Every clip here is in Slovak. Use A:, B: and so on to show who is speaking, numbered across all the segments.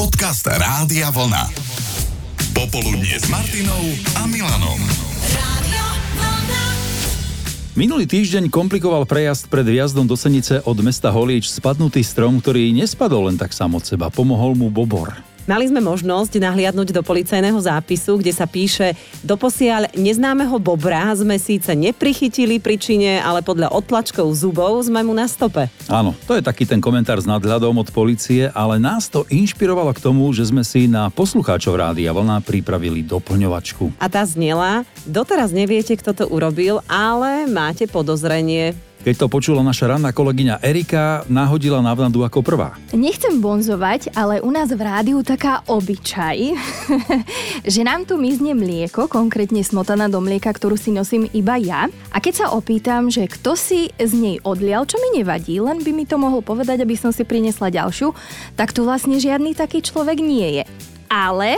A: podcast Rádia Vlna. Popoludnie s Martinou a Milanom.
B: Minulý týždeň komplikoval prejazd pred vjazdom do Senice od mesta Holieč spadnutý strom, ktorý nespadol len tak sám od seba. Pomohol mu Bobor.
C: Mali sme možnosť nahliadnúť do policajného zápisu, kde sa píše Doposiaľ neznámeho bobra sme síce neprichytili príčine, ale podľa odtlačkov zubov sme mu na stope.
B: Áno, to je taký ten komentár s nadhľadom od policie, ale nás to inšpirovalo k tomu, že sme si na poslucháčov Rádia Vlna pripravili doplňovačku.
C: A tá znela, doteraz neviete, kto to urobil, ale máte podozrenie.
B: Keď to počula naša ranná kolegyňa Erika, nahodila na vnadu ako prvá.
D: Nechcem bonzovať, ale u nás v rádiu taká obyčaj, že nám tu mizne mlieko, konkrétne smotana do mlieka, ktorú si nosím iba ja. A keď sa opýtam, že kto si z nej odlial, čo mi nevadí, len by mi to mohol povedať, aby som si prinesla ďalšiu, tak tu vlastne žiadny taký človek nie je. Ale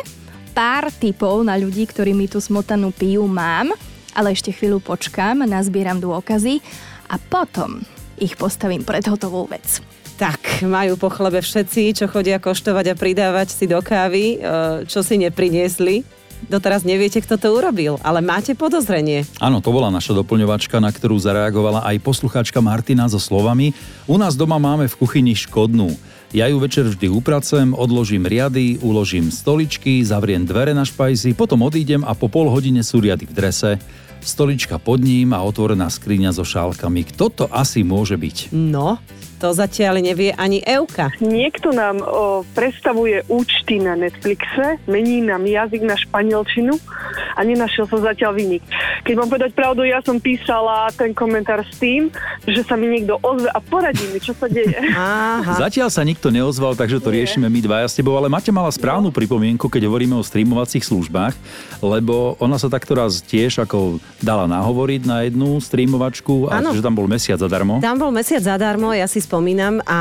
D: pár typov na ľudí, ktorí mi tú smotanu pijú, mám, ale ešte chvíľu počkám, nazbieram dôkazy a potom ich postavím pred hotovú vec.
C: Tak, majú po chlebe všetci, čo chodia koštovať a pridávať si do kávy, e, čo si nepriniesli. Doteraz neviete, kto to urobil, ale máte podozrenie.
B: Áno, to bola naša doplňovačka, na ktorú zareagovala aj poslucháčka Martina so slovami U nás doma máme v kuchyni škodnú. Ja ju večer vždy upracem, odložím riady, uložím stoličky, zavriem dvere na špajzi, potom odídem a po pol hodine sú riady v drese, stolička pod ním a otvorená skriňa so šálkami. Kto to asi môže byť?
C: No, to zatiaľ nevie ani Euka.
E: Niekto nám o, predstavuje účty na Netflixe, mení nám jazyk na španielčinu a nenašiel som zatiaľ vynik. Keď mám povedať pravdu, ja som písala ten komentár s tým, že sa mi niekto ozve a poradí mi, čo sa deje.
C: Aha.
B: Zatiaľ sa nikto neozval, takže to
E: Nie.
B: riešime my dvaja s tebou, ale máte mala správnu pripomienku, keď hovoríme o streamovacích službách, lebo ona sa takto raz tiež ako dala nahovoriť na jednu streamovačku, a
C: Áno.
B: že tam bol mesiac zadarmo.
C: Tam bol mesiac zadarmo, ja si spomínam a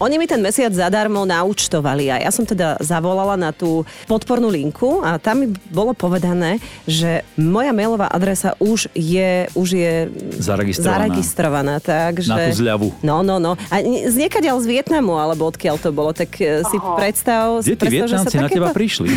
C: oni mi ten mesiac zadarmo naučtovali a ja som teda zavolala na tú podpornú linku a tam mi bolo povedané, že moja mailová adresa už je, už je
B: Zaregistrovaná.
C: zaregistrovaná takže...
B: Na tú zľavu.
C: No, no, no. A ni- z niekadiaľ z Vietnamu, alebo odkiaľ to bolo, tak e, si
E: Aha.
C: predstav... si
B: Kde tí
C: predstav, že sa
B: Vietnamci na
C: takéto
B: teba prišli?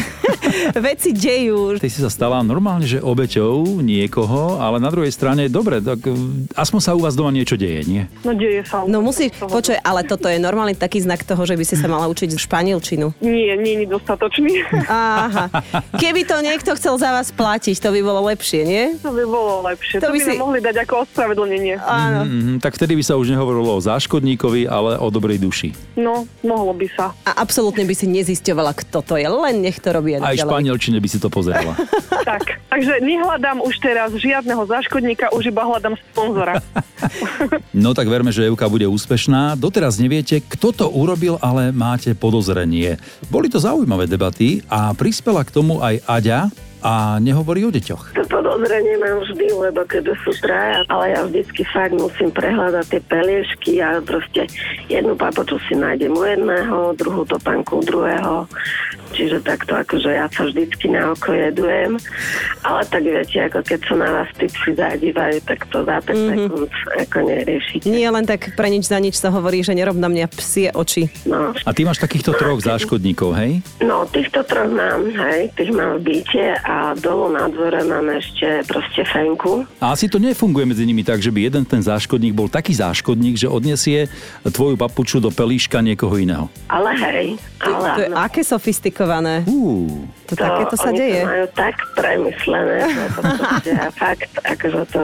C: veci dejú.
B: Ty si sa stala normálne, že obeťou niekoho, ale na druhej strane, dobre, tak mm, aspoň sa u vás doma niečo deje, nie?
E: No deje sa.
C: No musíš,
E: Toho-
C: počuj, ale toto je normálny taký znak toho, že by si sa mala učiť španielčinu.
E: Nie, nie je dostatočný.
C: Aha. Keby to niekto chcel za vás platiť, to by bolo lepšie, nie?
E: to by bolo lepšie.
C: To
E: To,
C: by
E: by,
C: si-
E: nám mohli dať ako ospravedlnenie.
C: Áno.
B: Mm, tak vtedy by sa už nehovorilo o záškodníkovi, ale o dobrej duši.
E: No, mohlo by sa.
C: A absolútne by si nezisťovala, kto to je, len nech to robí
B: Aj
C: aj naďalej.
B: španielčine by si to pozerala.
E: tak, takže nehľadám už teraz žiadneho záškodníka, už iba hľadám sponzora.
B: No tak verme, že Evka bude úspešná. Doteraz neviete, kto to urobil, ale máte podozrenie. Boli to zaujímavé debaty a prispela k tomu aj Aďa a nehovorí o deťoch.
F: To podozrenie mám vždy, lebo keď sú traja, ale ja vždycky fakt musím prehľadať tie peliešky a proste jednu papoču si nájdem u jedného, druhú topanku u druhého. Čiže takto akože ja sa vždycky na oko jedujem, ale tak viete, ako keď sa na vás typci zadívajú, tak to za 5 mm-hmm. sekúnd ako neriešite.
C: Mhm. Nie len tak pre nič za nič sa hovorí, že nerob na mňa psie oči.
F: No,
B: A ty máš takýchto troch záškodníkov, hej?
F: No, týchto troch mám, hej, tých mám v byte a dolu na dvore mám ešte proste fenku.
B: A asi to nefunguje medzi nimi tak, že by jeden ten záškodník bol taký záškodník, že odnesie tvoju papuču do pelíška niekoho iného.
F: Ale hej, ale
C: to je
F: áno.
C: aké sofistikované.
B: Ú,
C: To, takéto sa
F: oni
C: deje.
F: To majú tak premyslené, že to proste, a fakt, akože to,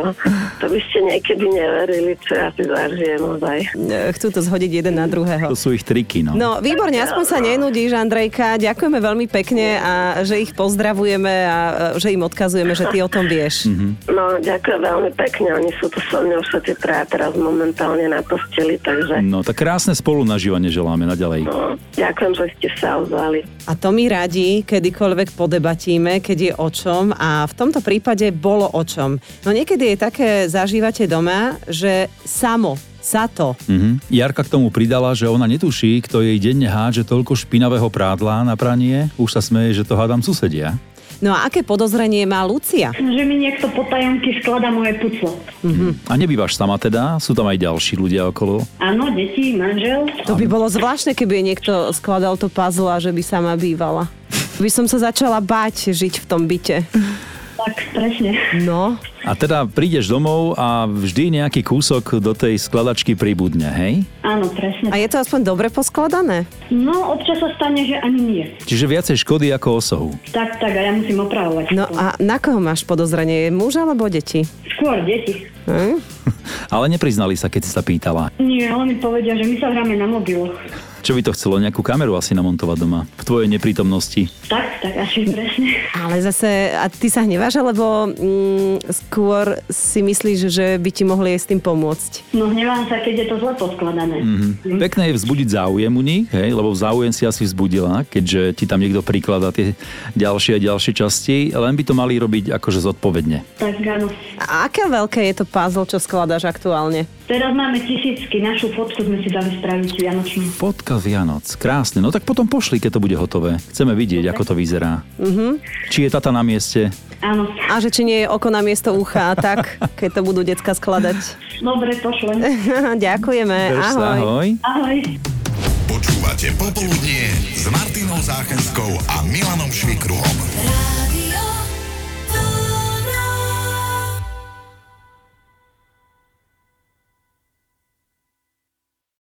F: to by ste niekedy neverili, čo ja si zažijem ozaj.
C: E, Chcú to zhodiť jeden na druhého.
B: to sú ich triky, no.
C: No, výborne, aspoň sa nenudíš, Andrejka. Ďakujeme veľmi pekne a že ich pozdravujeme a e, že im odkazujeme, že ty o tom vieš.
F: No, ďakujem veľmi pekne, oni sú tu so mnou všetci traja teraz momentálne na posteli,
C: Mm.
F: takže
B: No, tak krásne spolunažívanie želáme naďalej.
F: no, ďakujem, že ste sa ozvali.
C: A to mi radi, kedykoľvek podebatíme, keď je o čom a v tomto prípade bolo o čom. No niekedy je také, zažívate doma, že samo, sa to.
B: Mhm. Jarka k tomu pridala, že ona netuší, kto jej denne hádže toľko špinavého prádla na pranie. Už sa smeje, že to hádam susedia.
C: No a aké podozrenie má Lucia?
G: že mi niekto potajomky skladá moje puclo.
B: A nebývaš sama teda? Sú tam aj ďalší ľudia okolo?
G: Áno, deti, manžel.
C: To by bolo zvláštne, keby jej niekto skladal to puzzle a že by sama bývala. By som sa začala báť žiť v tom byte.
G: Tak, presne.
C: No,
B: A teda prídeš domov a vždy nejaký kúsok do tej skladačky pribudne, hej?
G: Áno, presne.
C: a je to aspoň dobre poskladané?
G: No, občas sa stane, že ani nie.
B: Čiže viacej škody ako osohu.
G: Tak, tak, a ja musím opravovať.
C: No a na koho máš podozrenie? Je muž alebo deti?
G: Skôr deti.
C: Hm?
B: Ale nepriznali sa, keď si sa pýtala.
G: Nie, oni povedia, že my sa hráme na mobiloch.
B: Čo by to chcelo? Nejakú kameru asi namontovať doma? V tvojej neprítomnosti.
G: Tak, tak, asi presne.
C: Ale zase, a ty sa hneváš, alebo mm, skôr si myslíš, že by ti mohli aj s tým pomôcť?
G: No, hnevám sa, keď je to zle poskladané. Mm-hmm.
C: Mhm.
B: Pekné je vzbudiť záujem u nich, hej, lebo záujem si asi vzbudila, keďže ti tam niekto prikladá tie ďalšie a ďalšie časti, len by to mali robiť akože zodpovedne.
G: Tak, áno.
C: A aké veľké je to puzzle, čo skladáš aktuálne?
G: Teraz máme tisícky, našu fotku sme si dali spraviť vianočnú.
B: Fotka Vianoc, krásne, no tak potom pošli, keď to bude hotové. Chceme vidieť, ako to vyzerá. Či je tata na mieste?
G: Áno.
C: A že či nie je oko na miesto ucha, a tak, keď to budú decka skladať.
G: Dobre,
C: Eh.
G: pošlem.
C: Ďakujeme,
B: Drž sa,
C: E, ahoj.
B: ahoj.
G: Ahoj.
A: Počúvate Popoludnie s Martinou Záchenskou a Milanom Švikom.